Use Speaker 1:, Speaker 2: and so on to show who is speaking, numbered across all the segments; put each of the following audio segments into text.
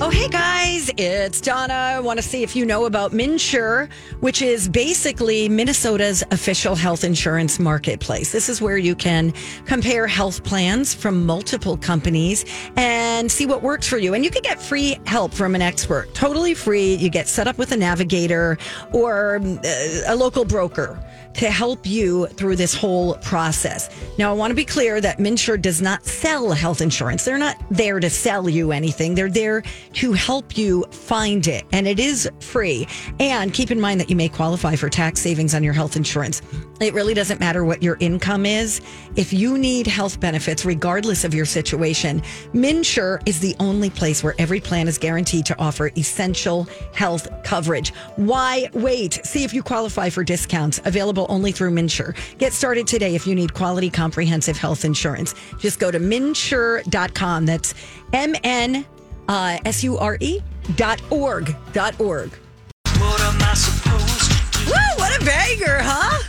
Speaker 1: Oh, hey guys, it's Donna. I want to see if you know about Minsure, which is basically Minnesota's official health insurance marketplace. This is where you can compare health plans from multiple companies and see what works for you. And you can get free help from an expert, totally free. You get set up with a navigator or uh, a local broker to help you through this whole process. Now, I want to be clear that Minsure does not sell health insurance. They're not there to sell you anything. They're there to help you find it, and it is free. And keep in mind that you may qualify for tax savings on your health insurance. It really doesn't matter what your income is. If you need health benefits, regardless of your situation, Minsure is the only place where every plan is guaranteed to offer essential health coverage. Why wait? See if you qualify for discounts available only through Minsure. Get started today if you need quality comprehensive health insurance. Just go to minsure.com. That's M N S U R E dot org. Dot org.
Speaker 2: What am I supposed to do?
Speaker 1: Woo, what a banger, huh?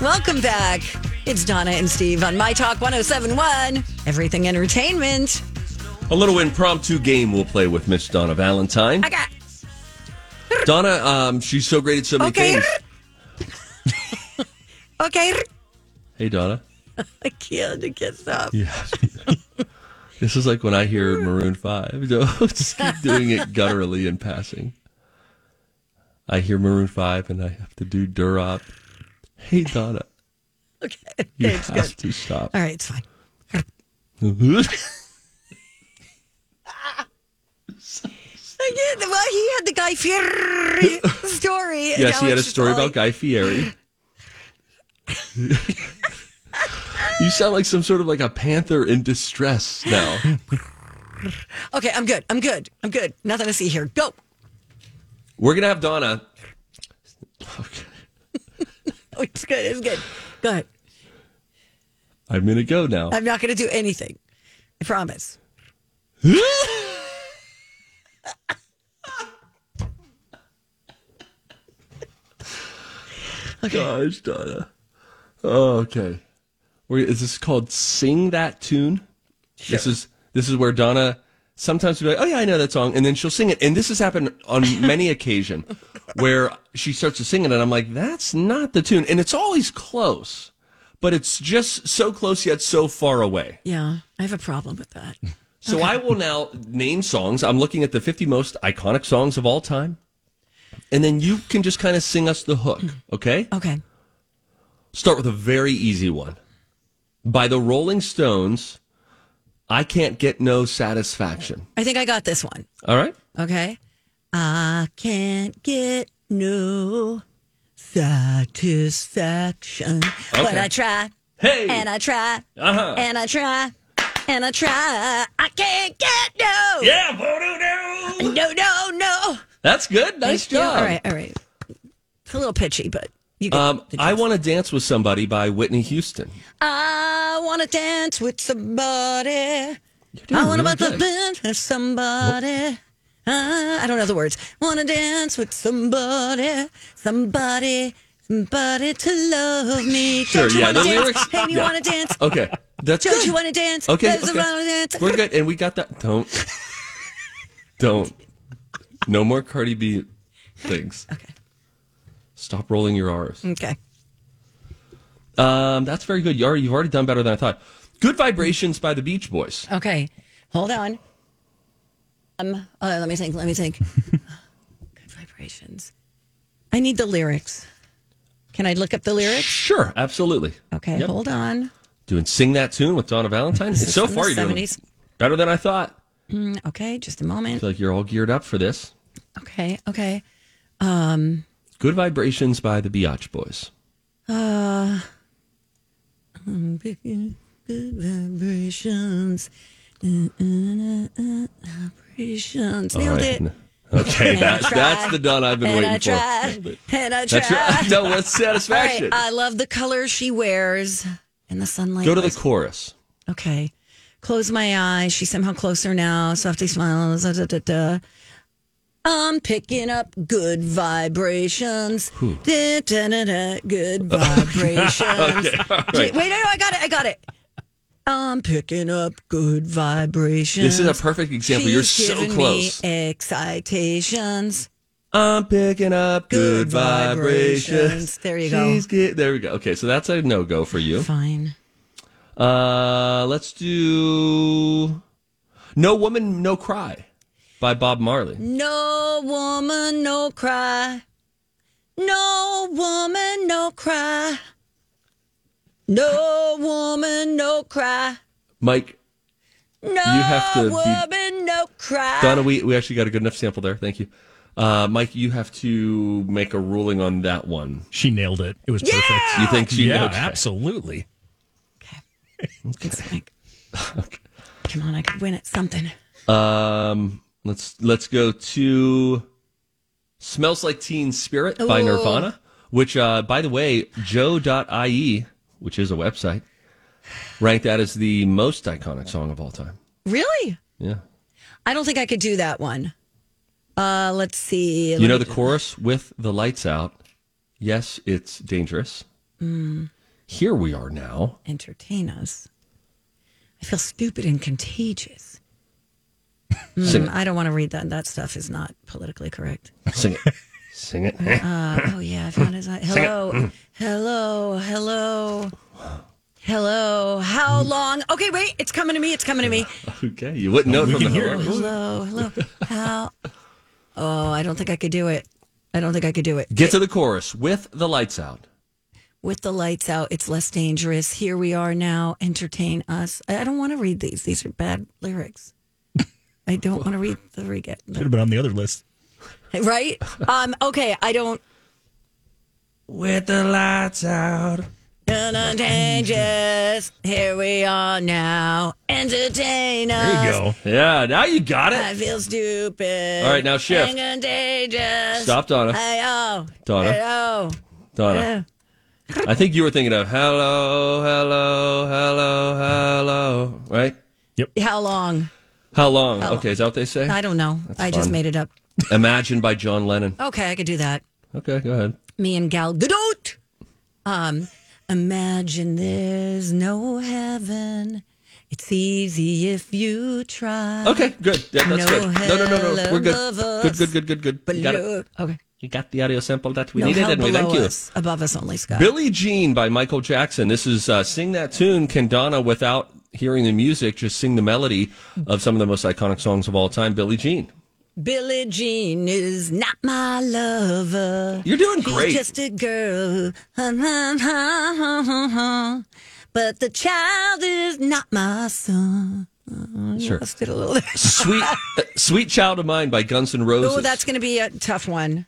Speaker 1: Welcome back. It's Donna and Steve on My Talk 1071, Everything Entertainment.
Speaker 3: A little impromptu game we'll play with Miss Donna Valentine.
Speaker 1: I got.
Speaker 3: Donna, um, she's so great at so many
Speaker 1: Okay.
Speaker 3: things.
Speaker 1: Okay.
Speaker 3: Hey, Donna.
Speaker 1: I can't. I can't stop.
Speaker 3: Yeah. this is like when I hear Maroon 5. So just keep doing it gutturally in passing. I hear Maroon 5 and I have to do Durop. Hey, Donna.
Speaker 1: Okay.
Speaker 3: You
Speaker 1: It's
Speaker 3: have
Speaker 1: good.
Speaker 3: to stop.
Speaker 1: All right. It's fine. I get, well, he had the Guy Fieri story. and
Speaker 3: Yes,
Speaker 1: now
Speaker 3: he had a
Speaker 1: it's just
Speaker 3: story
Speaker 1: all
Speaker 3: about Guy Fieri. you sound like some sort of like a panther in distress now.
Speaker 1: like- Okay, I'm good. I'm good. I'm good. Nothing to see here. Go.
Speaker 3: We're gonna have Donna. Okay.
Speaker 1: Oh, it's good. It's good. Go ahead.
Speaker 3: I'm gonna go now.
Speaker 1: I'm not going to do anything. I promise.
Speaker 3: Gosh, Donna. Oh, okay. Where is this called? Sing that tune. This is this is where Donna sometimes will be like, oh yeah, I know that song, and then she'll sing it. And this has happened on many occasion where she starts to sing it, and I'm like, that's not the tune, and it's always close, but it's just so close yet so far away.
Speaker 1: Yeah, I have a problem with that.
Speaker 3: So I will now name songs. I'm looking at the 50 most iconic songs of all time. And then you can just kind of sing us the hook, okay?
Speaker 1: Okay.
Speaker 3: Start with a very easy one. By the Rolling Stones, I Can't Get No Satisfaction.
Speaker 1: I think I got this one.
Speaker 3: All right?
Speaker 1: Okay. I can't get no satisfaction. But
Speaker 3: Okay.
Speaker 1: I try
Speaker 3: Hey!
Speaker 1: and I try
Speaker 3: Uh-huh.
Speaker 1: and I try and I try. I can't get no.
Speaker 3: yeah, voodoo no!
Speaker 1: No, no, no.
Speaker 3: That's good. Nice
Speaker 1: Thank you.
Speaker 3: job.
Speaker 1: All right, all right. It's a little pitchy, but you get
Speaker 3: Um,
Speaker 1: the
Speaker 3: I
Speaker 1: gist.
Speaker 3: Want to Dance with Somebody by Whitney Houston. Uh.
Speaker 1: I want to dance with somebody.
Speaker 3: doing
Speaker 1: I want
Speaker 3: really
Speaker 1: to
Speaker 3: good.
Speaker 1: dance with somebody. Ah, I don't know the words. Want to dance with somebody, somebody, somebody to love me.
Speaker 3: Sure,
Speaker 1: Don't you
Speaker 3: yeah,
Speaker 1: wanna
Speaker 3: the
Speaker 1: dance?
Speaker 3: lyrics-
Speaker 1: Hey, do you
Speaker 3: yeah.
Speaker 1: want to dance?
Speaker 3: Okay. That's
Speaker 1: Don't
Speaker 3: good.
Speaker 1: you want to dance?
Speaker 3: Okay,
Speaker 1: There's a
Speaker 3: okay.
Speaker 1: wanna dance.
Speaker 3: We're good, and we got that. Don't, don't. No more Cardi B things.
Speaker 1: Okay.
Speaker 3: Stop rolling your R's.
Speaker 1: Okay.
Speaker 3: Um, that's very good. You already, you've already done better than I thought. Good vibrations by the Beach Boys.
Speaker 1: Okay. Hold on. Um, uh, let me think. Let me think. good vibrations. I need the lyrics. Can I look up the lyrics?
Speaker 3: Sure, absolutely.
Speaker 1: Okay,
Speaker 3: Yep.
Speaker 1: hold on.
Speaker 3: Doing sing that tune with Donna Valentine. And so
Speaker 1: from
Speaker 3: far,
Speaker 1: the
Speaker 3: you're doing
Speaker 1: 70s.
Speaker 3: better than I thought.
Speaker 1: Okay, just a
Speaker 3: I
Speaker 1: moment.
Speaker 3: feel like you're all geared up for this.
Speaker 1: Okay, okay.
Speaker 3: Good vibrations by the Biatch Boys.
Speaker 1: Good vibrations. Uh, uh, uh, Vibrations.
Speaker 3: All
Speaker 1: Nailed
Speaker 3: right.
Speaker 1: it.
Speaker 3: Okay,
Speaker 1: And I
Speaker 3: that's that's
Speaker 1: tried.
Speaker 3: the Donna I've been
Speaker 1: and
Speaker 3: waiting
Speaker 1: I
Speaker 3: for.
Speaker 1: tried. And I
Speaker 3: That's right.
Speaker 1: tried. All
Speaker 3: No, that's
Speaker 1: right, uh,
Speaker 3: satisfaction.
Speaker 1: I love the color she wears in the sunlight.
Speaker 3: Go to the chorus.
Speaker 1: Okay. Close my eyes. She's somehow closer now. Softy smiles. Da, da, da, da. I'm picking up good vibrations. Da, da, da, da, good vibrations.
Speaker 3: Okay, all
Speaker 1: Wait,
Speaker 3: right.
Speaker 1: no, no, I got it. I got it. I'm picking up good vibrations.
Speaker 3: This is a perfect example. You're
Speaker 1: She's
Speaker 3: so
Speaker 1: giving
Speaker 3: close.
Speaker 1: Me excitations.
Speaker 3: I'm picking up good,
Speaker 1: Good
Speaker 3: vibrations.
Speaker 1: vibrations. There you go.
Speaker 3: She's get- there we go. Okay, so that's a no go for you.
Speaker 1: Fine.
Speaker 3: Uh, let's do No Woman, No Cry by Bob Marley.
Speaker 1: No woman, no cry. No woman, no cry. No woman, no cry.
Speaker 3: Mike
Speaker 1: No
Speaker 3: have to be-
Speaker 1: woman, no cry.
Speaker 3: Donna, we, we actually got a good enough sample there. Thank you. Uh, Mike, you have to make a ruling on that one.
Speaker 4: She nailed it. It was perfect.
Speaker 3: You think she
Speaker 4: yeah,
Speaker 3: knows?
Speaker 4: absolutely.
Speaker 1: Thanks, Mike. Come on, I could win it. Something.
Speaker 3: Um, let's let's go to "Smells Like Teen Spirit" by
Speaker 1: Ooh.
Speaker 3: Nirvana, which, uh, by the way, Joe.ie, which is a website, ranked that as the most iconic song of all time.
Speaker 1: Really?
Speaker 3: Yeah,
Speaker 1: I don't think I could do that one. Uh, let's see.
Speaker 3: you know the chorus with the lights out. Yes, it's dangerous. Here we are now.
Speaker 1: entertain us. I feel stupid and contagious.
Speaker 3: Sing
Speaker 1: Mm, I don't want to read that. That stuff is not politically correct.
Speaker 3: it, sing it, sing it.
Speaker 1: Oh yeah, I found his. Hello, hello, hello, hello.
Speaker 3: Mm-hmm.
Speaker 1: How long? Okay, wait. It's coming to me. It's coming to me. Oh,
Speaker 3: Okay, you wouldn't know. it
Speaker 4: we
Speaker 3: from
Speaker 4: can
Speaker 3: the
Speaker 4: hear
Speaker 3: hello.
Speaker 1: Hello,
Speaker 4: it.
Speaker 1: hello. How? Oh, I don't think I could do it. I don't think I could do it.
Speaker 3: Get to the chorus with the lights out.
Speaker 1: With the lights out, it's less dangerous. Here we are now. Entertain us. I I don't want to read these. These are bad lyrics. I don't want to read the reggae.
Speaker 4: Should have been on the other list.
Speaker 1: right? Um, okay, I don't.
Speaker 3: With the lights out.
Speaker 1: Dangerous. Here we are now. Entertain us.
Speaker 4: There you go.
Speaker 3: Yeah, now you got it.
Speaker 1: I feel stupid.
Speaker 3: All right, now shift.
Speaker 1: Hang on, dangerous.
Speaker 3: Stop, Donna.
Speaker 1: Hey, oh.
Speaker 3: Donna.
Speaker 1: Hey, oh.
Speaker 3: Donna. I think you were thinking of hello, hello, hello, hello, right?
Speaker 1: How long?
Speaker 3: How long?
Speaker 1: Oh.
Speaker 3: Okay, is that what they say?
Speaker 1: I don't know. I just
Speaker 3: fun.
Speaker 1: made it up.
Speaker 3: Imagine by John Lennon.
Speaker 1: Okay, I could do that.
Speaker 3: Okay, go ahead.
Speaker 1: Me and Gal Gadot. Um, imagine there's no heaven. It's easy if you try.
Speaker 3: Okay, good. Yeah, that's
Speaker 1: No
Speaker 3: good. No, no, no, no.
Speaker 1: hello
Speaker 3: We're
Speaker 1: above
Speaker 3: good.
Speaker 1: us.
Speaker 3: Good, good, good, good, good.
Speaker 1: But
Speaker 3: You got, it.
Speaker 1: look- okay.
Speaker 3: you got the audio sample that we
Speaker 1: No
Speaker 3: needed,
Speaker 1: hell
Speaker 3: and we
Speaker 1: below
Speaker 3: thank you.
Speaker 1: us, above us only, Scott.
Speaker 3: Billie Jean by Michael Jackson. This is uh, Sing That Tune. Can Donna, without hearing the music, just sing the melody of some of the most iconic songs of all time? Billie Jean.
Speaker 1: Billie Jean is not my lover.
Speaker 3: You're doing
Speaker 1: She's
Speaker 3: great.
Speaker 1: just a girl. But the child is not my son.
Speaker 3: Sure.
Speaker 1: Let's get a little there.
Speaker 3: Sweet, uh, Sweet Child of Mine by Guns N' Roses.
Speaker 1: Oh, that's going to be a tough one.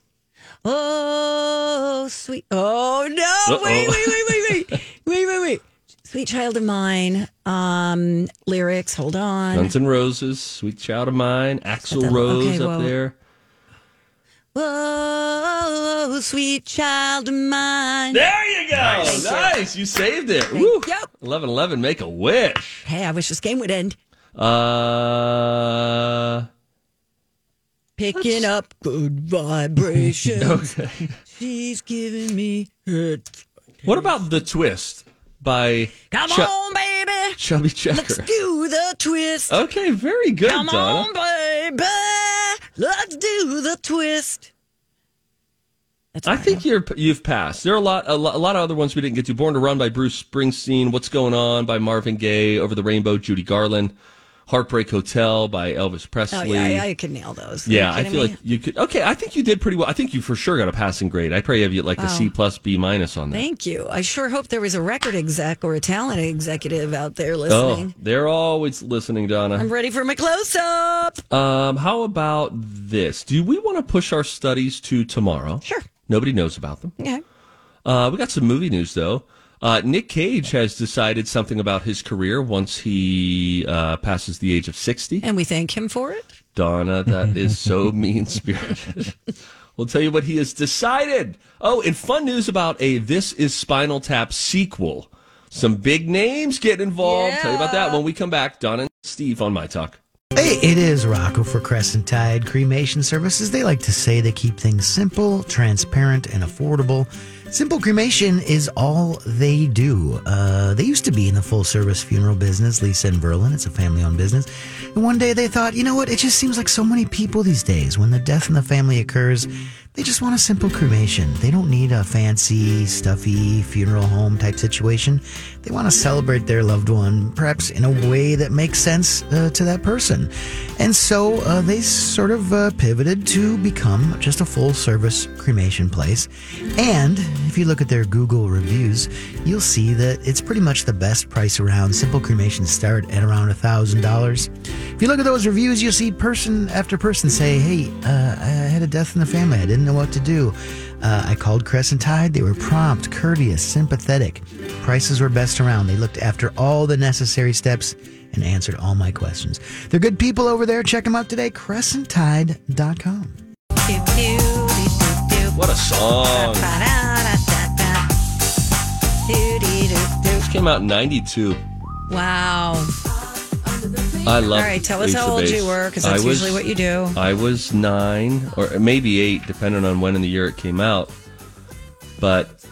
Speaker 1: Oh, sweet. Oh, no. Wait, wait,
Speaker 3: Uh-oh.
Speaker 1: wait, wait, wait. Wait, wait, wait. Sweet child of mine. Um, lyrics. Hold on.
Speaker 3: Guns N' Roses, Sweet Child of Mine, Axl
Speaker 1: that-
Speaker 3: Rose
Speaker 1: okay,
Speaker 3: up
Speaker 1: well-
Speaker 3: there.
Speaker 1: Whoa, sweet child of mine.
Speaker 3: There you go. Nice. You saved it. Woo.
Speaker 1: you.
Speaker 3: 11 11, make a wish.
Speaker 1: Hey, I wish this game would end.
Speaker 3: Uh,
Speaker 1: Picking up good vibrations. She's giving me her.
Speaker 3: what about The Twist by
Speaker 1: Come
Speaker 3: Chu-
Speaker 1: on, baby.
Speaker 3: Chubby
Speaker 1: Let's
Speaker 3: Checker?
Speaker 1: do the twist.
Speaker 3: Okay, very good,
Speaker 1: Come
Speaker 3: Donna.
Speaker 1: on, baby. Let's do the twist. That's
Speaker 3: I
Speaker 1: fine.
Speaker 3: think you're you've passed. There are a lot, a lot a lot of other ones we didn't get to. Born to Run by Bruce Springsteen. What's going on by Marvin Gaye. Over the Rainbow, Judy Garland. Heartbreak Hotel by Elvis Presley.
Speaker 1: Oh, yeah, I, I could nail those. Are you
Speaker 3: Yeah, I
Speaker 1: kidding
Speaker 3: feel
Speaker 1: me?
Speaker 3: like you could. Okay, I think you did pretty well. I think you for sure got a passing grade. I probably have you like a
Speaker 1: Oh.
Speaker 3: C plus B minus on that.
Speaker 1: Thank you. I sure hope there was a record exec or a talent executive out there
Speaker 3: Oh,
Speaker 1: listening.
Speaker 3: they're always listening, Donna.
Speaker 1: I'm ready for my close up.
Speaker 3: Um, how about this? Do we want to push our studies to tomorrow?
Speaker 1: Sure.
Speaker 3: Nobody knows about them.
Speaker 1: Okay.
Speaker 3: Uh, we got some movie news though. Uh, Nick Cage has decided something about his career once he uh, passes the age of sixty.
Speaker 1: And we thank him for it.
Speaker 3: Donna, that is so mean spirited. we'll tell you what he has decided. Oh, and fun news about a This Is Spinal Tap sequel. Some big names get involved. Tell you about that when we come back. Donna and Steve on My Talk.
Speaker 5: Hey, it is Rocco for Crescent Tide Cremation Services. They like to say they keep things simple, transparent, and affordable. Simple Cremation is all they do. Uh, they used to be in the full service funeral business, Lisa and Verlin. It's a family owned business. And one day they thought, you know what? It just seems like so many people these days, when the death in the family occurs, they just want a simple cremation. They don't need a fancy, stuffy funeral home type situation. They want to celebrate their loved one, perhaps in a way that makes sense uh, to that person. And so uh, they sort of uh, pivoted to become just a full service cremation place. And if you look at their Google reviews, you'll see that it's pretty much the best price around. Simple cremations start at around $1,000. If you look at those reviews, you'll see person after person say, Hey, uh, I had a death in the family. I didn't know what to do. Uh, I called Crescent Tide. They were prompt, courteous, sympathetic. Prices were best around. They looked after all the necessary steps and answered all my questions. They're good people over there. Check them out today, crescenttide.com.
Speaker 3: What a song. This came out in 92.
Speaker 1: Wow.
Speaker 3: I love
Speaker 1: All right, tell us
Speaker 3: Ace
Speaker 1: how
Speaker 3: of
Speaker 1: old
Speaker 3: Base.
Speaker 1: you were, because
Speaker 3: I
Speaker 1: that's
Speaker 3: was-
Speaker 1: usually what you do.
Speaker 3: I was nine or maybe eight, depending on when in the year it came out. But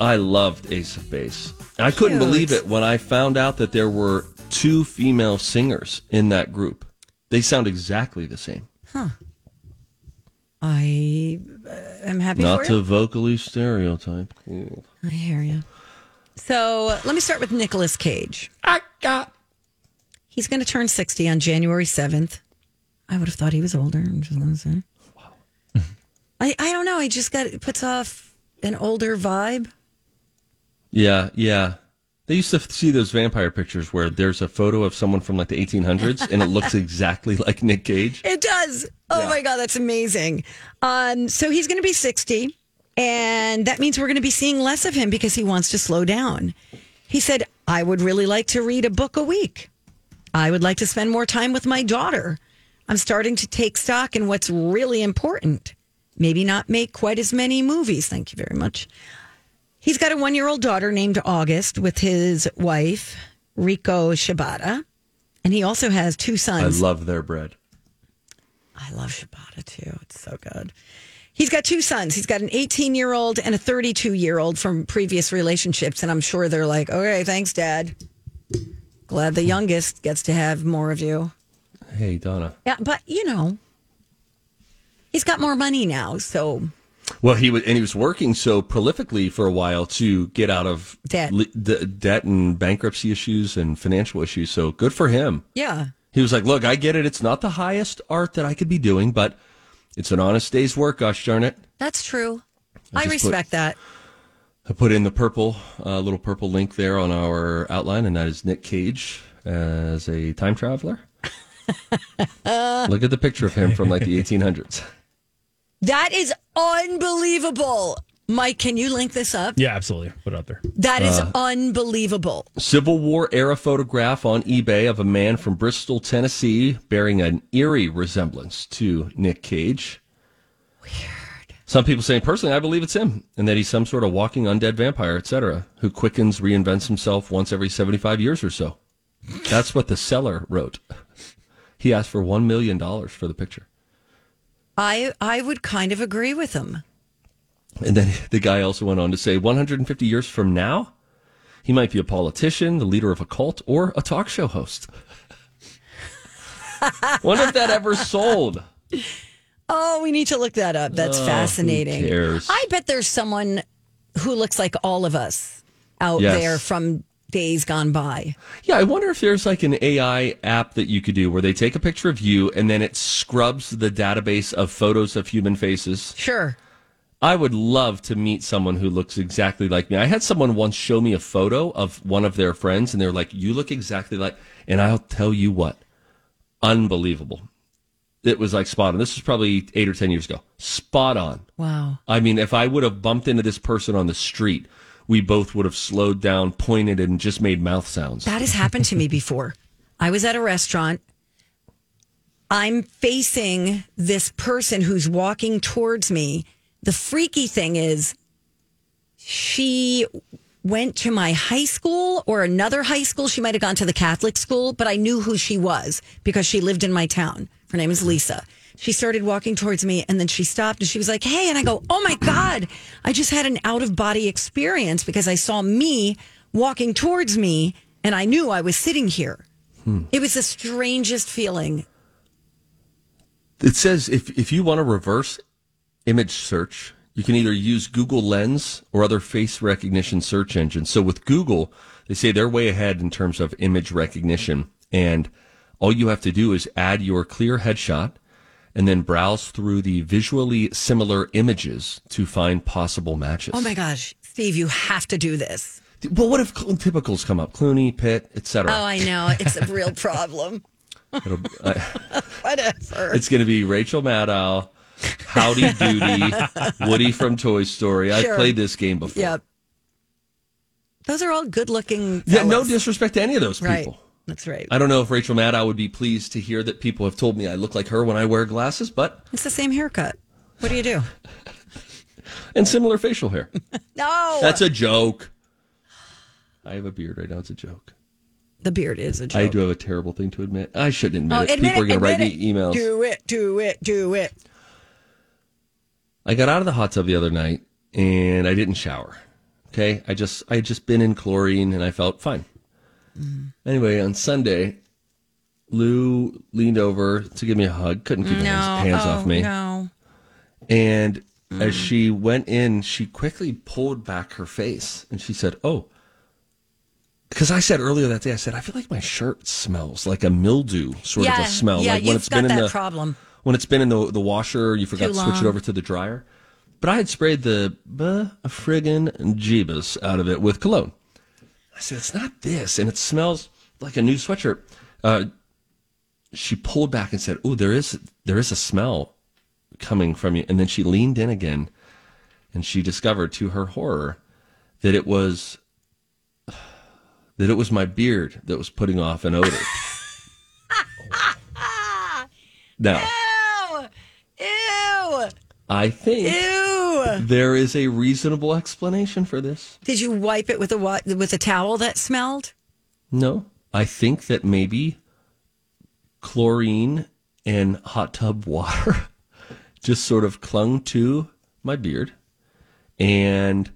Speaker 3: I loved Ace of Base. I couldn't
Speaker 1: Cute.
Speaker 3: believe it when I found out that there were two female singers in that group. They sound exactly the same.
Speaker 1: I uh, am happy
Speaker 3: Not
Speaker 1: for
Speaker 3: to
Speaker 1: you.
Speaker 3: vocally stereotype.
Speaker 1: I hear you. So uh, let me start with Nicolas Cage.
Speaker 3: I got
Speaker 1: He's going to turn 60 on January 7th. I would have thought he was older. I'm just going to say. I, I don't know. I just got, it puts off an older vibe.
Speaker 3: Yeah, yeah. They used to f- see those vampire pictures where there's a photo of someone from like the 1800s and it looks exactly like Nick Cage.
Speaker 1: It does. Oh my God, that's amazing. Um, so he's going to be 60, and that means we're going to be seeing less of him because he wants to slow down. He said, I would really like to read a book a week. I would like to spend more time with my daughter. I'm starting to take stock in what's really important. Maybe not make quite as many movies. Thank you very much. He's got a one year old daughter named August with his wife, Rico Shibata. And he also has two
Speaker 3: I
Speaker 1: sons.
Speaker 3: love their bread.
Speaker 1: I love ciabatta too. It's so good. He's got two sons. He's got an 18 year old and a 32 year old from previous relationships. And I'm sure they're like, okay, thanks, Dad. Glad the youngest gets to have more of you.
Speaker 3: Hey, Donna.
Speaker 1: Yeah, but you know, he's got more money now. So
Speaker 3: Well, he was, and he was working so prolifically for a while to get out of
Speaker 1: Debt.
Speaker 3: li- the debt and bankruptcy issues and financial issues. So good for him.
Speaker 1: yeah,
Speaker 3: He was like, "Look, I get it. It's not the highest art that I could be doing, but it's an honest day's work. Gosh darn it!
Speaker 1: that's true. I,
Speaker 3: just put-
Speaker 1: respect that.
Speaker 3: I put in the purple, uh, little purple link there on our outline, and that is Nick Cage as a time traveler. Look at the picture of him from like the 1800s.
Speaker 1: That is unbelievable. Mike, can you link this up?
Speaker 4: Yeah, absolutely. Put it out there.
Speaker 1: That is
Speaker 3: Uh,
Speaker 1: unbelievable.
Speaker 3: Civil War era photograph on eBay of a man from Bristol, Tennessee, bearing an eerie resemblance to Nick Cage. Weird. Some people saying, personally, I believe it's him, and that he's some sort of walking undead vampire, etc., who quickens, reinvents himself once every 75 years or so. That's what the seller wrote. He asked for $1 million for the picture.
Speaker 1: I I would kind of agree with him.
Speaker 3: And then the guy also went on to say 150 years from now, he might be a politician, the leader of a cult, or a talk show host. Wonder if that ever sold.
Speaker 1: Oh, we need to look that up. That's fascinating.
Speaker 3: Oh, cares?
Speaker 1: I bet there's someone who looks like all of us out
Speaker 3: Yes.
Speaker 1: there from days gone by.
Speaker 3: Yeah, I wonder if there's like an AI app that you could do where they take a picture of you and then it scrubs the database of photos of human faces.
Speaker 1: Sure.
Speaker 3: I would love to meet someone who looks exactly like me. I had someone once show me a photo of one of their friends and they were like, You look exactly like, and I'll tell you what, unbelievable. It was like spot on. This was probably eight or 10 years ago. Spot on.
Speaker 1: Wow.
Speaker 3: I mean, if I would have bumped into this person on the street, we both would have slowed down, pointed, and just made mouth sounds.
Speaker 1: That has happened to me before. I was at a restaurant. I'm facing this person who's walking towards me. The freaky thing is, she went to my high school or another high school. She might have gone to the Catholic school, but I knew who she was because she lived in my town. Her name is Lisa. She started walking towards me and then she stopped and she was like, Hey. And I go, Oh my God, I just had an out of body experience because I saw me walking towards me and I knew I was sitting here. It was the strangest feeling.
Speaker 3: It says if, if you want to reverse image search, you can either use Google Lens or other face recognition search engines. So with Google, they say they're way ahead in terms of image recognition. And all you have to do is add your clear headshot and then browse through the visually similar images to find possible matches.
Speaker 1: Oh my gosh, Steve, you have to do this.
Speaker 3: Well, what if cl- typicals come up? Clooney, Pitt, etc.
Speaker 1: Oh, I know. It's a real problem.
Speaker 3: It'll- I-
Speaker 1: Whatever.
Speaker 3: It's going to be Rachel Maddow, Howdy Doody, Woody from Toy Story.
Speaker 1: Sure.
Speaker 3: I've played this game before.
Speaker 1: Yep. Those are all good looking.
Speaker 3: Yeah, no disrespect to any of those people.
Speaker 1: Right. That's right.
Speaker 3: I don't know if Rachel Maddow would be pleased to hear that people have told me I look like her when I wear glasses, but
Speaker 1: It's the same haircut. What do you do?
Speaker 3: and similar facial hair.
Speaker 1: No.
Speaker 3: That's a joke. I have a beard right now. It's a joke.
Speaker 1: the beard is a joke.
Speaker 3: I do have a terrible thing to admit. I should admit
Speaker 1: Oh,
Speaker 3: it.
Speaker 1: admit
Speaker 3: people
Speaker 1: it,
Speaker 3: are going to write
Speaker 1: admit
Speaker 3: me
Speaker 1: it.
Speaker 3: emails.
Speaker 1: Do it, do it, do it.
Speaker 3: I got out of the hot tub the other night and I didn't shower. Okay. I just, I had just been in chlorine and I felt fine.
Speaker 1: Mm-hmm.
Speaker 3: Anyway, on Sunday, Lou leaned over to give me a hug. Couldn't keep his hands off me.
Speaker 1: Oh, No. Mm.
Speaker 3: And as she went in, she quickly pulled back her face and she said, Oh, because I said earlier that day, I said, I feel like my shirt smells like a mildew sort
Speaker 1: yeah,
Speaker 3: of a smell.
Speaker 1: Yeah,
Speaker 3: like
Speaker 1: you've got that
Speaker 3: in the,
Speaker 1: problem.
Speaker 3: when it's been in the the washer, you forgot
Speaker 1: Too
Speaker 3: to switch
Speaker 1: long.
Speaker 3: it over to the dryer. But I had sprayed the buh, friggin' jeebus out of it with cologne. I said, it's not this, and it smells like a new sweatshirt. Uh, she pulled back and said, "Oh, there is there is a smell coming from you." And then she leaned in again, and she discovered, to her horror, that it was that it was my beard that was putting off an odor. now.
Speaker 1: Ew. Ew.
Speaker 3: I think
Speaker 1: Ew.
Speaker 3: there is a reasonable explanation for this.
Speaker 1: Did you wipe it with a wa- with a towel that smelled?
Speaker 3: No, I think that maybe chlorine and hot tub water just sort of clung to my beard. And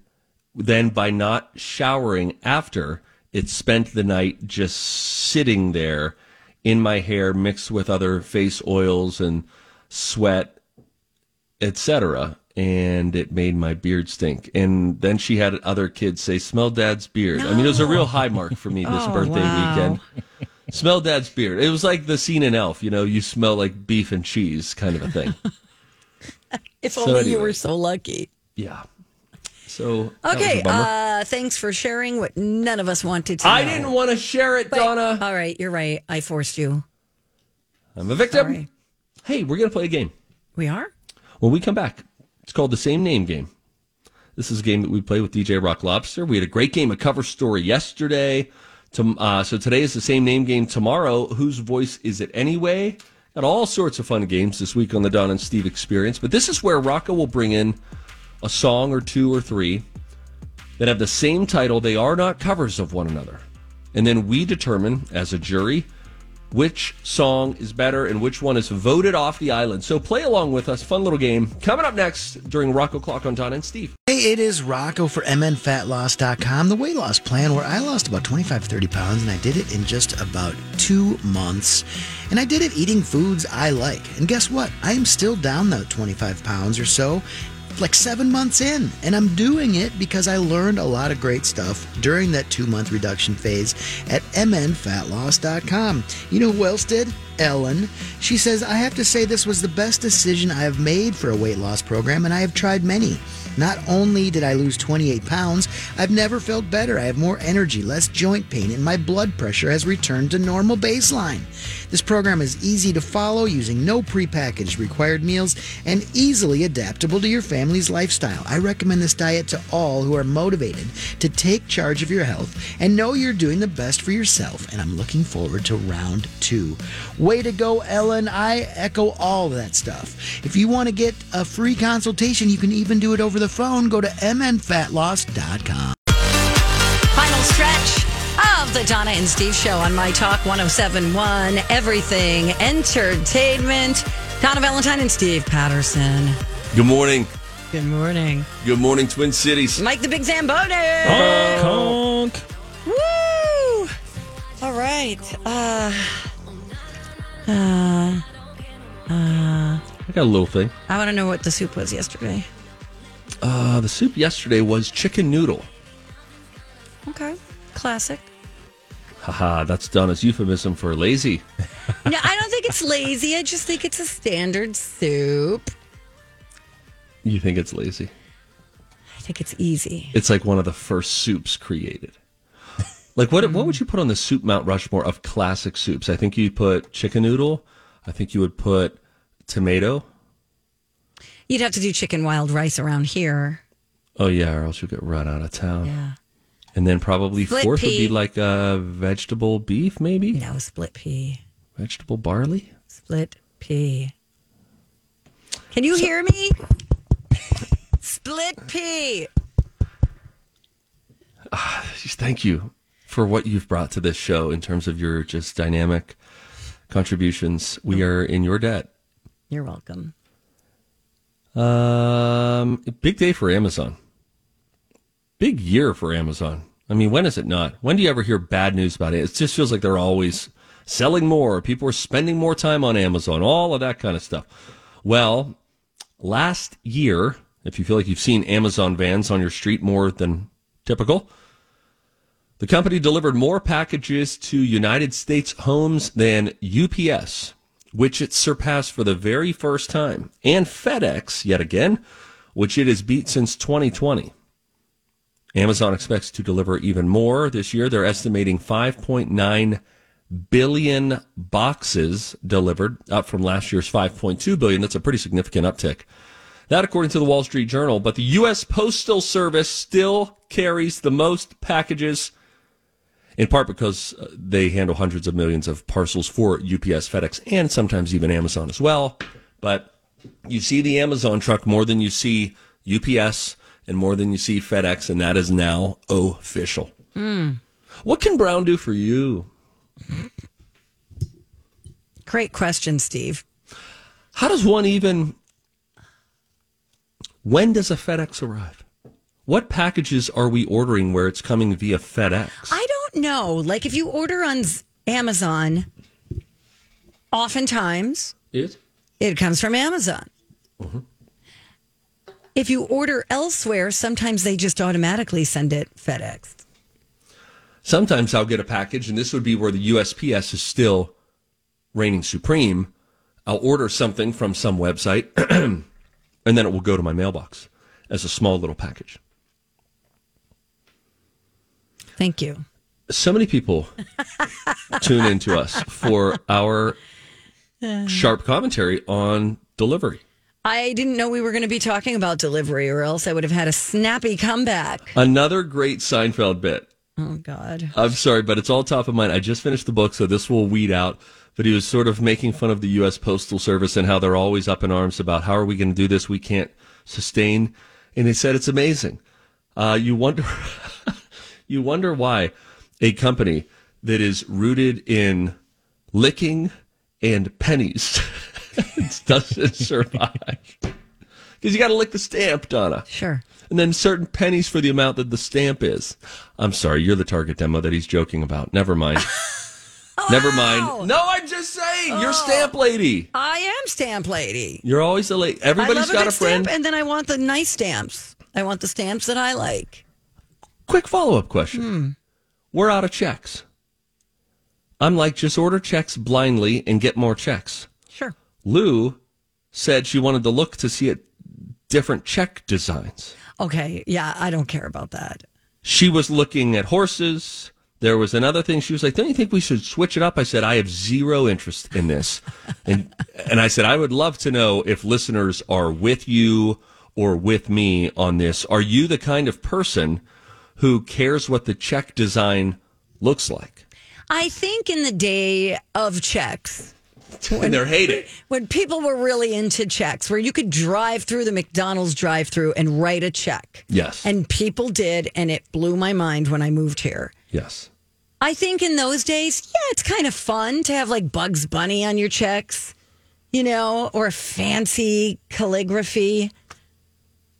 Speaker 3: then by not showering after, it spent the night just sitting there in my hair mixed with other face oils and sweat etc. And it made my beard stink. And then she had other kids say, "Smell Dad's beard." I mean, it was a real high mark for me this birthday
Speaker 1: wow.
Speaker 3: weekend. smell Dad's beard. It was like the scene in Elf. You know, you smell like beef and cheese, kind of a thing.
Speaker 1: If
Speaker 3: So
Speaker 1: only you
Speaker 3: anyway.
Speaker 1: were so lucky.
Speaker 3: yeah. So that was a
Speaker 1: Okay,
Speaker 3: bummer.
Speaker 1: uh, thanks for sharing what none of us wanted to
Speaker 3: I
Speaker 1: know.
Speaker 3: didn't want to share it, Donna.
Speaker 1: All right, you're right. I forced you.
Speaker 3: I'm a victim.
Speaker 1: Sorry.
Speaker 3: Hey, we're gonna play a game.
Speaker 1: We are?
Speaker 3: When we come back, it's called the same name game. This is a game that we play with DJ Rock Lobster. We had a great game of cover story yesterday. To, uh, so today is the same name game. Tomorrow, whose voice is it anyway? Got all sorts of fun games this week on the Don and Steve Experience. But this is where Rocco will bring in a song or two or three that have the same title. They are not covers of one another. And then we determine as a jury which song is better and which one is voted off the island. So play along with us. Fun little game. Coming up next during Rocco Clock on Don and Steve.
Speaker 5: Hey, it is Rocco for MNFatLoss.com, the weight loss plan where I lost about 25, 30 pounds, and I did it in just about two months. And I did it eating foods I like. And guess what? I am still down that 25 pounds or so, like seven months in. And I'm doing it because I learned a lot of great stuff during that two month reduction phase at MNFatLoss.com. You know who else did? Ellen. She says, I have to say this was the best decision I have made for a weight loss program, and I have tried many. Not only did I lose 28 pounds, I've never felt better. I have more energy, less joint pain, and my blood pressure has returned to normal baseline. This program is easy to follow using no prepackaged required meals and easily adaptable to your family's lifestyle. I recommend this diet to all who are motivated to take charge of your health and know you're doing the best for yourself. And I'm looking forward to round two. Way to go, Ellen. I echo all that stuff. If you want to get a free consultation, you can even do it over the phone. Go to mnfatloss.com.
Speaker 1: Final stretch of the Donna oh and Steve show on My Talk 1071, Everything Entertainment. Donna Valentine and Steve Patterson.
Speaker 3: Good morning.
Speaker 1: Good morning.
Speaker 3: Good morning, Twin Cities.
Speaker 1: Mike the Big Zamboni.
Speaker 4: Honk, honk.
Speaker 1: Woo! All right. Uh,
Speaker 3: I got a little thing.
Speaker 1: I want to know what the soup was yesterday.
Speaker 3: Uh, the soup yesterday was chicken noodle.
Speaker 1: Okay. Classic.
Speaker 3: Haha, that's Donna's euphemism for lazy.
Speaker 1: No, I don't think it's lazy. I just think it's a standard soup.
Speaker 3: You think it's lazy?
Speaker 1: I think it's easy.
Speaker 3: It's like one of the first soups created. Like what? What would you put on the soup Mount Rushmore of classic soups? I think you put chicken noodle. I think you would put tomato.
Speaker 1: You'd have to do chicken wild rice around here.
Speaker 3: Oh yeah, or else you'll get run out of town.
Speaker 1: Yeah.
Speaker 3: And then probably
Speaker 1: Split
Speaker 3: fourth would
Speaker 1: pea.
Speaker 3: be like a vegetable beef, maybe
Speaker 1: No, split pea.
Speaker 3: vegetable barley.
Speaker 1: Split pea. Can you hear me? Split pea.
Speaker 3: Jeez, thank you for what you've brought to this show in terms of your just dynamic contributions. We are in your debt.
Speaker 1: You're welcome.
Speaker 3: Um, big day for Amazon. Big year for Amazon. I mean, when is it not? When do you ever hear bad news about it? It just feels like they're always selling more. People are spending more time on Amazon, all of that kind of stuff. Well, last year, if you feel like you've seen Amazon vans on your street more than typical, the company delivered more packages to United States homes than UPS, which it surpassed for the very first time, and FedEx yet again, which it has beat since 2020. Amazon expects to deliver even more this year. They're estimating 5.9 billion boxes delivered, up from last year's 5.2 billion. That's a pretty significant uptick. That according to the Wall Street Journal, but the U.S. Postal Service still carries the most packages in part because uh, they handle hundreds of millions of parcels for UPS, FedEx, and sometimes even Amazon as well. But you see the Amazon truck more than you see UPS and more than you see FedEx, and that is now official. What can Brown do for you?
Speaker 1: Great question, Steve.
Speaker 3: How does one even. When does a FedEx arrive? What packages are we ordering where it's coming via FedEx?
Speaker 1: I don't know. Like if you order on Z- Amazon, oftentimes
Speaker 3: It?
Speaker 1: it comes from Amazon. If you order elsewhere, sometimes they just automatically send it FedEx.
Speaker 3: sometimes I'll get a package, and this would be where the USPS is still reigning supreme. I'll order something from some website, and then it will go to my mailbox as a small little package.
Speaker 1: Thank you.
Speaker 3: So many people tune in to us for our sharp commentary on delivery.
Speaker 1: I didn't know we were going to be talking about delivery, or else I would have had a snappy comeback.
Speaker 3: Another great Seinfeld bit.
Speaker 1: Oh God.
Speaker 3: I'm sorry, but it's all top of mind. I just finished the book, so this will weed out. But he was sort of making fun of the U.S. Postal Service and how they're always up in arms about how are we going to do this? We can't sustain. And he said it's amazing. Uh, you wonder, you wonder why a company that is rooted in licking and pennies doesn't survive. Because you got to lick the stamp, Donna
Speaker 1: Sure.
Speaker 3: and then certain pennies for the amount that the stamp is. I'm sorry, you're the target demo that he's joking about. Never mind. Never mind. No, I'm just saying, you're
Speaker 1: Oh.
Speaker 3: stamp lady.
Speaker 1: I am stamp lady.
Speaker 3: You're always the lady.
Speaker 1: I love
Speaker 3: Everybody's
Speaker 1: a
Speaker 3: got
Speaker 1: big
Speaker 3: a friend.
Speaker 1: stamp, and then I want the nice stamps. I want the stamps that I like.
Speaker 3: Quick follow up question.
Speaker 1: Hmm.
Speaker 3: We're out of checks. I'm like, just order checks blindly and get more checks.
Speaker 1: Sure.
Speaker 3: Lou said she wanted to look to see at different check designs.
Speaker 1: Okay. Yeah, I don't care about that.
Speaker 3: she was looking at horses. There was another thing. She was like, "Don't you think we should switch it up?" I said, "I have zero interest in this," and and I said, "I would love to know if listeners are with you or with me on this. Are you the kind of person who cares what the check design looks like?"
Speaker 1: I think in the day of checks,
Speaker 3: And they're hating.
Speaker 1: when people were really into checks, where you could drive through the McDonald's drive through and write a check.
Speaker 3: Yes.
Speaker 1: And people did, and it blew my mind when I moved here.
Speaker 3: Yes.
Speaker 1: I think in those days, yeah, it's kind of fun to have like Bugs Bunny on your checks. you know, or fancy calligraphy.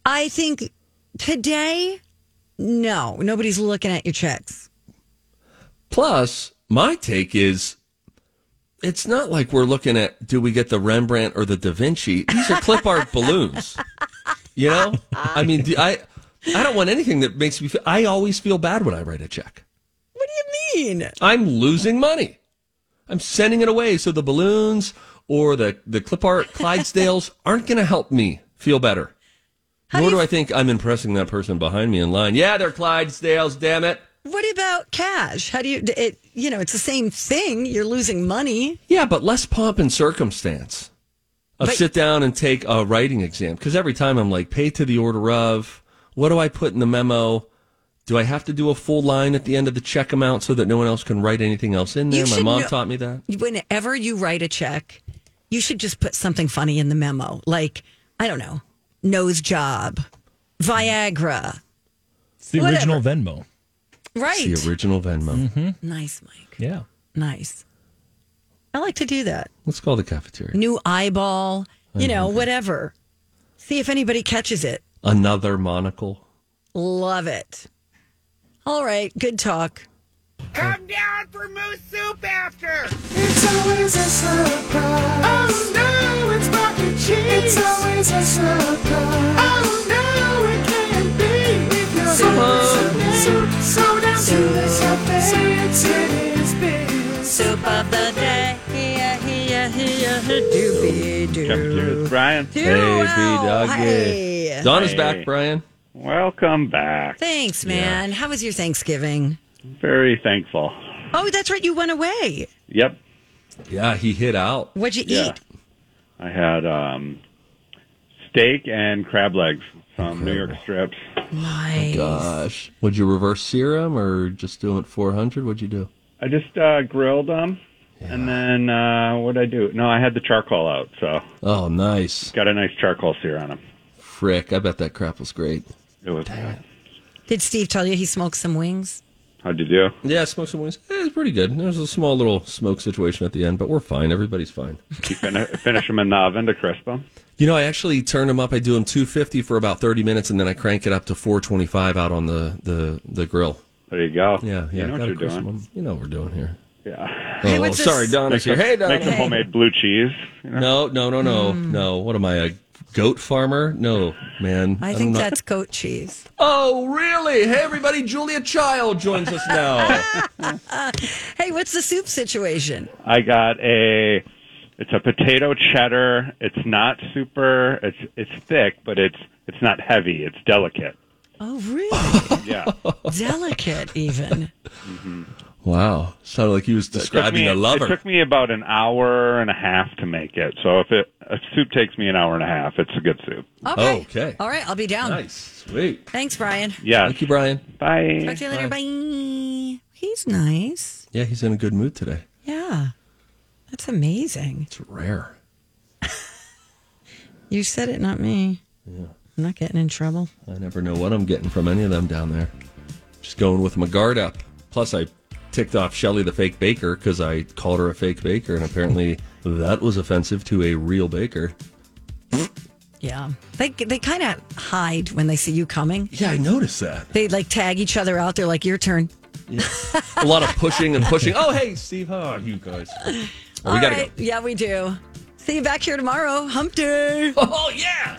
Speaker 1: I think today, no, nobody's looking at your checks.
Speaker 3: Plus, my take is it's not like we're looking at do we get the Rembrandt or the Da Vinci? These are clip art balloons. You know? I mean, do I I don't want anything that makes me feel I always feel bad when I write a check.
Speaker 1: What do you mean?
Speaker 3: I'm losing money. I'm sending it away so the balloons or the the clip art Clydesdales aren't going to help me feel better.
Speaker 1: How
Speaker 3: Nor
Speaker 1: do
Speaker 3: do
Speaker 1: you-
Speaker 3: I think I'm impressing that person behind me in line. Yeah, they're Clydesdales, damn it.
Speaker 1: What about cash? How do you, it, you know, it's the same thing. You're losing money.
Speaker 3: Yeah, but less pomp and circumstance of
Speaker 1: But-
Speaker 3: sit down and take a writing exam. Because every time I'm like, pay to the order of, what do I put in the memo? Do I have to do a full line at the end of the check amount so that no one else can write anything else in
Speaker 1: You
Speaker 3: there? My
Speaker 1: should
Speaker 3: mom
Speaker 1: know-
Speaker 3: taught me that.
Speaker 1: Whenever you write a check, you should just put something funny in the memo. Like, I don't know, nose job, Viagra.
Speaker 4: It's the
Speaker 1: Whatever.
Speaker 4: original Venmo.
Speaker 1: Right. Mm-hmm.
Speaker 3: It's the original Venmo.
Speaker 1: nice, Mike.
Speaker 4: Yeah.
Speaker 1: Nice. I like to do that.
Speaker 3: Let's call the cafeteria.
Speaker 1: New eyeball, you know,
Speaker 3: Mm-hmm.
Speaker 1: whatever. See if anybody catches it.
Speaker 3: Another monocle.
Speaker 1: Love it. All right. Good talk.
Speaker 6: Come down for moose soup after.
Speaker 7: It's always a surprise.
Speaker 6: Oh no, it's mac and cheese.
Speaker 7: It's always a surprise.
Speaker 6: oh no, it can't be. If you're
Speaker 7: Soup,
Speaker 6: so down to the
Speaker 1: Soup of the day. Here, here, here, doobie doo.
Speaker 8: Brian,
Speaker 3: Hey,
Speaker 1: Doodle.
Speaker 3: B Doggy.
Speaker 1: Hey.
Speaker 3: Donna's
Speaker 8: Hey.
Speaker 3: back, Brian.
Speaker 8: welcome back.
Speaker 1: Thanks, man. How was your Thanksgiving?
Speaker 8: Very thankful.
Speaker 1: Oh, that's right. You went away.
Speaker 8: Yep,
Speaker 3: Yeah, he hit out.
Speaker 1: What'd you
Speaker 8: Yeah.
Speaker 1: eat?
Speaker 8: I had um, steak and crab legs from New York strips.
Speaker 3: Oh,
Speaker 1: Nice.
Speaker 3: Gosh. Would you reverse serum or just doing it 400? What'd you do?
Speaker 8: I just uh, grilled them, and then uh, what would I do? No, I had the charcoal out, so
Speaker 3: Oh, nice.
Speaker 8: got a nice charcoal sear on them.
Speaker 3: Frick. I bet that crap was great.
Speaker 8: It was.
Speaker 1: Did Steve tell you he smoked some wings?
Speaker 8: How'd you do?
Speaker 3: Yeah, smoke some wings. Eh, it's pretty good. There's a small little smoke situation at the end, but we're fine. Everybody's fine.
Speaker 8: You fin- finish them in the oven to crisp them.
Speaker 3: You know, I actually turn them up. I do them 250 for about 30 minutes, and then I crank it up to 425 out on the the, the grill.
Speaker 8: There you go.
Speaker 3: Yeah, yeah.
Speaker 8: You know what
Speaker 3: gotta
Speaker 8: you're
Speaker 3: crisp
Speaker 8: doing.
Speaker 3: 'em. You know what we're doing here.
Speaker 8: Yeah.
Speaker 3: Oh,
Speaker 1: Hey,
Speaker 3: well,
Speaker 1: what's this-
Speaker 3: sorry, Donna's here.
Speaker 8: some,
Speaker 3: Hey, Donna.
Speaker 8: make some homemade blue cheese. You know?
Speaker 3: No, no, no, no,
Speaker 1: Mm.
Speaker 3: no. What am I, a goat farmer? No, man.
Speaker 1: I
Speaker 3: I'm
Speaker 1: think
Speaker 3: not-
Speaker 1: that's goat cheese.
Speaker 3: Oh, really? Hey, everybody. Julia Child joins us now.
Speaker 1: Hey, what's the soup situation?
Speaker 8: I got a. It's a potato cheddar. It's not super. It's it's thick, but it's it's not heavy. It's delicate.
Speaker 1: Oh, really?
Speaker 8: Yeah.
Speaker 1: Delicate, even.
Speaker 3: wow. Sounded like he was describing
Speaker 8: Took me-
Speaker 3: a lover.
Speaker 8: It took me about an hour and a half to make it. So if it if soup takes me an hour and a half, it's a good soup.
Speaker 1: Okay.
Speaker 3: Okay.
Speaker 1: All right, I'll be down.
Speaker 3: nice. Sweet.
Speaker 1: Thanks, Brian.
Speaker 8: Yeah.
Speaker 3: Thank you, Brian.
Speaker 8: Bye.
Speaker 1: Talk to you later. Bye. He's nice.
Speaker 3: Yeah, he's in a good mood today.
Speaker 1: Yeah. That's amazing.
Speaker 3: It's rare.
Speaker 1: You said it, not me. Yeah. I'm not getting in trouble.
Speaker 3: I never know what I'm getting from any of them down there. Just going with my guard up. Plus, I ticked off Shelly the fake baker because I called her a fake baker, and apparently that was offensive to a real baker.
Speaker 1: Yeah. They they kind of hide when they see you coming.
Speaker 3: Yeah, I noticed that.
Speaker 1: They like tag each other out. They're like, your turn.
Speaker 3: a lot of pushing and pushing. Oh, hey, Steve, how are you guys? Well, Oh, we
Speaker 1: All
Speaker 3: gotta
Speaker 1: right. Yeah, we do. See you back here tomorrow. Hump day.
Speaker 3: go. Oh, yeah.